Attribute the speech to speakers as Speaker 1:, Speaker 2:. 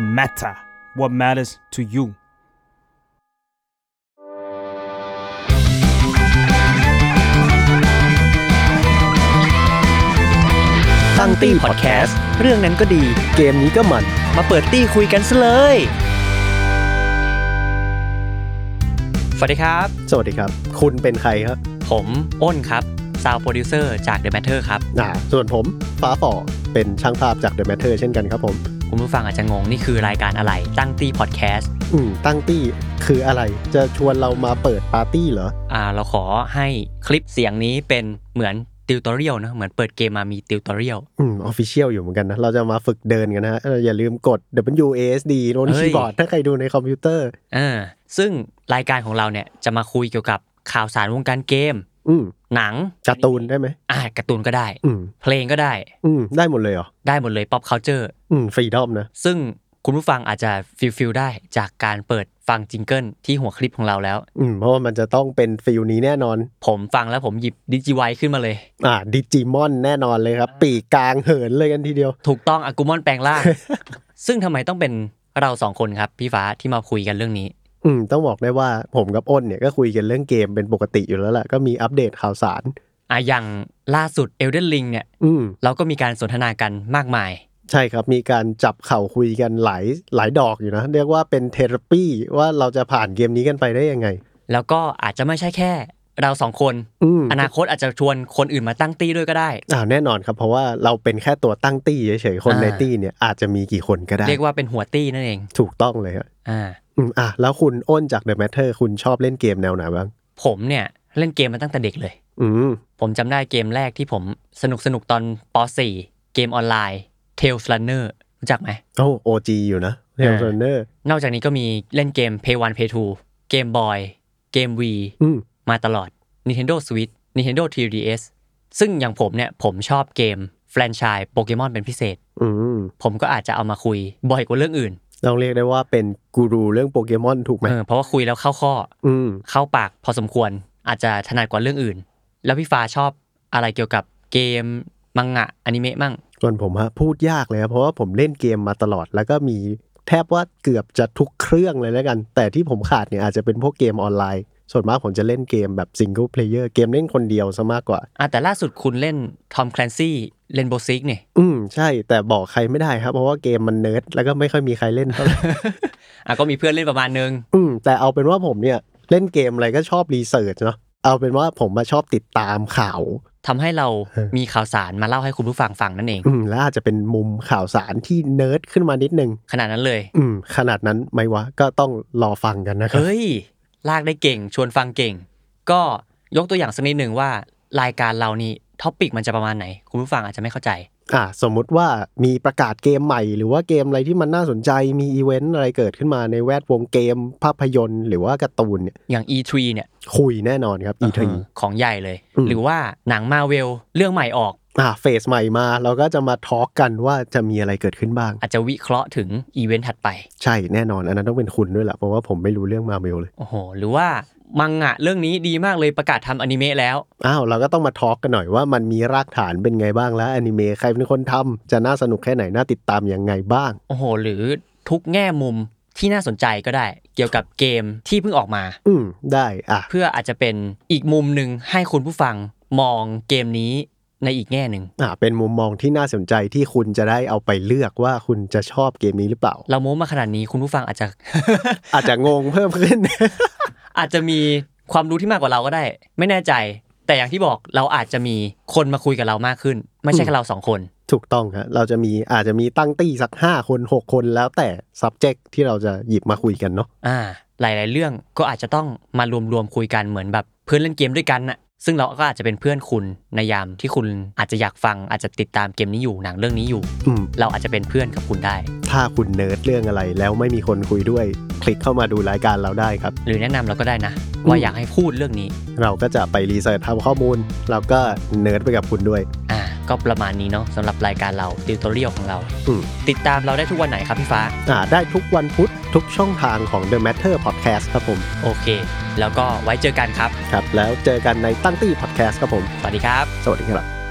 Speaker 1: matter what matters to you
Speaker 2: ตั้งตี้พอดแคสต์เรื่องนั้นก็ดี เกมนี้ก็มัน มาเปิดตี้คุยกันซะเลย
Speaker 3: สวัสดีครับ
Speaker 2: สวัสดีครับ คุณเป็นใครครับ
Speaker 3: ผมอ้นครับซาวโปรดิวเซอร์จาก The Matter ครับ
Speaker 2: อ่าส่วนผมฟ้าฝ่อเป็นช่างภาพจาก The Matter เช่นกันครับผม
Speaker 3: คุณผู้ฟังอาจจะงง นี่คือรายการอะไรตั้งตี้พอดแคสต์
Speaker 2: อืม ตั้งตี้คืออะไรจะชวนเรามาเปิดปาร์ตี้เหรอ
Speaker 3: อ่าเราขอให้คลิปเสียงนี้เป็นเหมือนติวตอเรียลนะเหมือนเปิดเกมมามีติวตอเรียล
Speaker 2: อืมออฟฟิเชียลอยู่เหมือนกันนะ เราจะมาฝึกเดินกันนะฮะเอออย่าลืมกด WASD ลง
Speaker 3: เฮ้
Speaker 2: คี
Speaker 3: ย
Speaker 2: ย์บอร์ดถ้าใครดูในคอมพิวเตอร์
Speaker 3: เออซึ่งรายการของเราเนี่ยจะมาคุยเกี่ยวกับข่าวสารวงการเกม
Speaker 2: อืม
Speaker 3: หนัง
Speaker 2: การ์ตูนได้ไหม
Speaker 3: อ่าการ์ตูนก็ได้
Speaker 2: อืม
Speaker 3: เพลงก็ได้
Speaker 2: อืม ได้หมดเลยเหรอ
Speaker 3: ได้หมดเลย pop culture
Speaker 2: อืมฟรีดอมนะ
Speaker 3: ซึ่งคุณผู้ฟังอาจจะฟิลฟิลได้จากการเปิดฟังจิงเกิลที่หัวคลิปของเราแล้ว
Speaker 2: อืม เพราะว่ามันจะต้องเป็นฟิลนี้แน่นอน
Speaker 3: ผมฟังแล้วผมหยิบดิจิไวขึ้นมาเลย
Speaker 2: อ่าดิจิมอนแน่นอนเลยครับ ปีกกลางเหินเลยกันทีเดียว
Speaker 3: ถูกต้องอากูมอนแปลงร่าง ซึ่งทำไมต้องเป็นเราสองคนครับ พี่ฟ้าที่มาคุยกันเรื่องนี้
Speaker 2: อืมต้องบอกได้ว่าผมกับอ้นเนี่ยก็คุยกันเรื่องเกมเป็นปกติอยู่แล้วแหละก็มีอัปเดตข่าวสาร
Speaker 3: อ่ะอย่างล่าสุด Elden Ring เนี่ย
Speaker 2: อืม
Speaker 3: เราก็มีการสนทนากันมากมาย
Speaker 2: ใช่ครับมีการจับเข่าคุยกันหลายหลายดอกอยู่นะ เรียกว่าเป็นเทอราปีว่าเราจะผ่านเกมนี้กันไปได้ยังไง
Speaker 3: แล้วก็อาจจะไม่ใช่แค่ เราสองคน
Speaker 2: อืม
Speaker 3: อนาคตอาจจะชวนคนอื่นมาตั้งตี้ด้วยก็ได้
Speaker 2: อ่าแน่นอนครับ เพราะว่าเราเป็นแค่ตัวตั้งตี้เฉยๆคน
Speaker 3: อ่า
Speaker 2: ในตี้เนี่ยอาจจะมีกี่คนก็ได้
Speaker 3: เรียกว่าเป็นหัวตี้นั่นเอง
Speaker 2: ถูกต้องเลยครับ
Speaker 3: อ่า
Speaker 2: อืมอ่ะแล้วคุณอ้นจาก The Matter คุณชอบเล่นเกมแนวไหนบ้าง
Speaker 3: ผมเนี่ยเล่นเกมมาตั้งแต่เด็กเลย
Speaker 2: อืม
Speaker 3: ผมจำได้เกมแรกที่ผมสนุกสนุกๆตอนป .4 เกมออนไลน์ Tales Runner รู้จักไหม
Speaker 2: โอ้โอจีอยู่นะเทล
Speaker 3: อ่า
Speaker 2: เทรนเนอร์
Speaker 3: นอกจากนี้ก็มีเล่นเกม Play 1 Play 2 เกมบอยเกม V
Speaker 2: อืม
Speaker 3: มาตลอด Nintendo Switch Nintendo 3DS ซึ่งอย่างผมเนี่ย ผมชอบเกม แฟรนไชส์โปเกมอนเป็นพิเศษ
Speaker 2: อืม
Speaker 3: ผมก็อาจจะเอามาคุยบ่อยกว่าเรื่องอื่น
Speaker 2: ต้องเรียกได้ว่าเป็นกูรูเรื่องโปเกมอนถูกไหม
Speaker 3: เออเพราะว่าคุยแล้วเข้าข้อ
Speaker 2: อืม
Speaker 3: เข้าปากพอสมควรอาจจะถนัดกว่าเรื่องอื่น แล้วพี่ฟ้าชอบอะไรเกี่ยวกับเกม มังงะอนิเมะมั่ง
Speaker 2: ส่วนผมฮะพูดยากเลยครับเพราะว่าผมเล่นเกมมาตลอด แล้วก็มีแทบว่าเกือบจะทุกเครื่องเลยแล้วกัน แต่ที่ผมขาดเนี่ยอาจจะเป็นพวกเกมออนไลน์ ส่วนมากผมจะเล่นเกมแบบซิงเกิลเพลเยอร์เกมเล่นคนเดียวซะมากกว่า
Speaker 3: อ่ะแต่ล่าสุดคุณเล่นทอมแคลนซี่เลนโบซิกเนี่ย
Speaker 2: อืมใช่ แต่บอกใครไม่ได้ครับ เพราะว่าเกมมันเนิร์ดแล้วก็ไม่ค่อยมีใครเล่นเท่าไหร่
Speaker 3: อ่ะก็มีเพื่อนเล่นประมาณนึง
Speaker 2: อืมแต่เอาเป็นว่าผมเนี่ยเล่นเกมอะไรก็ชอบรีเสิร์ชเนาะเอาเป็นว่าผมมาชอบติดตามข่าว
Speaker 3: ทำให้เรา
Speaker 2: เออ
Speaker 3: มีข่าวสารมาเล่าให้คุณผู้ฟังฟังนั่นเอง
Speaker 2: อืมแล้วอาจจะเป็นมุมข่าวสารที่เนิร์ดขึ้นมานิดนึง
Speaker 3: ขนาดนั้นเลย
Speaker 2: อืมขนาดนั้นไหมวะก็ต้องรอฟังกันนะครับ
Speaker 3: เฮ้ย ลากได้เก่ง ชวนฟังเก่ง ก็ยกตัวอย่างสักนิดหนึ่งว่า รายการเรานี่ท็อปิกมันจะประมาณไหน คุณผู้ฟังอาจจะไม่เข้าใจ
Speaker 2: อ่ะสมมุติว่ามีประกาศเกมใหม่ หรือว่าเกมอะไรที่มันน่าสนใจมีอีเวนต์อะไรเกิดขึ้นมาในแวดวงเกมภาพยนตร์ หรือว่าการ์ตูนเนี่ย
Speaker 3: อย่าง E3 เนี่ย
Speaker 2: คุยแน่นอนครับ E3
Speaker 3: ของใหญ่เลย
Speaker 2: อืม
Speaker 3: หรือว่าหนังมาเวลเรื่องใหม่ออก
Speaker 2: อ่ะเฟสใหม่มาเราก็จะมาทอล์กกันว่าจะมีอะไรเกิดขึ้นบ้าง
Speaker 3: อาจจะวิเคราะห์ถึงอีเวนต์ถัดไป
Speaker 2: ใช่แน่นอน อันนั้นต้องเป็นคุณด้วยแหละเพราะว่าผมไม่รู้เรื่องมาเวลเลย
Speaker 3: โอ้โห หรือว่ามังงะเรื่องนี้ดีมากเลยประกาศทำอนิเมะแล้ว
Speaker 2: อ้าวเราก็ต้องมาทอล์กกันหน่อยว่ามันมีรากฐานเป็นไงบ้างแล้วอนิเมะใครเป็นคนทำจะน่าสนุกแค่ไหนน่าติดตามยังไงบ้าง
Speaker 3: โอ้โห หรือทุกแง่มุมที่น่าสนใจก็ได้ เกี่ยวกับเกมที่เพิ่งออกมา
Speaker 2: อืมได้อ่ะ
Speaker 3: เพื่ออาจจะเป็นอีกมุมหนึ่งให้คุณผู้ฟังมองเกมนี้ในอีกแง่หนึ่ง
Speaker 2: อ่ะเป็นมุมมองที่น่าสนใจที่คุณจะได้เอาไปเลือกว่าคุณจะชอบเกมนี้หรือเปล่า
Speaker 3: เราโม้มาขนาดนี้คุณผู้ฟังอาจจะ
Speaker 2: อาจจะงงเพิ่มขึ้น
Speaker 3: อาจจะมีความรู้ที่มากกว่าเราก็ได้ ไม่แน่ใจ แต่อย่างที่บอกเราอาจจะมีคนมาคุยกับเรามากขึ้น ไม่ใช่แค่เราสองคน
Speaker 2: ถูกต้องครับเราจะมีอาจจะมีตั้งตี้สัก 5 คน 6 คนแล้วแต่ subject ที่เราจะหยิบมาคุยกันเนาะ
Speaker 3: อ่า หลาย ๆ เรื่องก็อาจจะต้องมารวมๆคุยกันเหมือนแบบเพื่อนเล่นเกมด้วยกันน่ะซึ่งเราก็อาจจะเป็นเพื่อนคุณในยามที่คุณอาจจะอยากฟังอาจจะติดตามเกมนี้อยู่หนังเรื่องนี้อยู่
Speaker 2: อืม
Speaker 3: เราอาจจะเป็นเพื่อนกับคุณได้
Speaker 2: ถ้าคุณเนิร์ดเรื่องอะไรแล้วไม่มีคนคุยด้วย คลิกเข้ามาดูรายการเราได้ครับ
Speaker 3: หรือแนะนำเราก็ได้นะว่าอยากให้พูดเรื่องนี้
Speaker 2: เราก็จะไปรีเสิร์ชทำข้อมูล เราก็เนิร์ดไปกับคุณด้วย
Speaker 3: อ่าก็ประมาณนี้เนาะสำหรับรายการเราติวตอเรียลของเรา
Speaker 2: อืม
Speaker 3: ติดตามเราได้ทุกวันไหนครับพี่ฟ้า
Speaker 2: อ่าได้ทุกวันพุธทุกช่องทางของ The Matter Podcast ครับผม
Speaker 3: โอเค แล้วก็ไว้เจอกันครับ
Speaker 2: ครับแล้วเจอกันในตั้งตี้ podcast ครับผม
Speaker 3: สวัสดีครับ
Speaker 2: สวัสดีครับ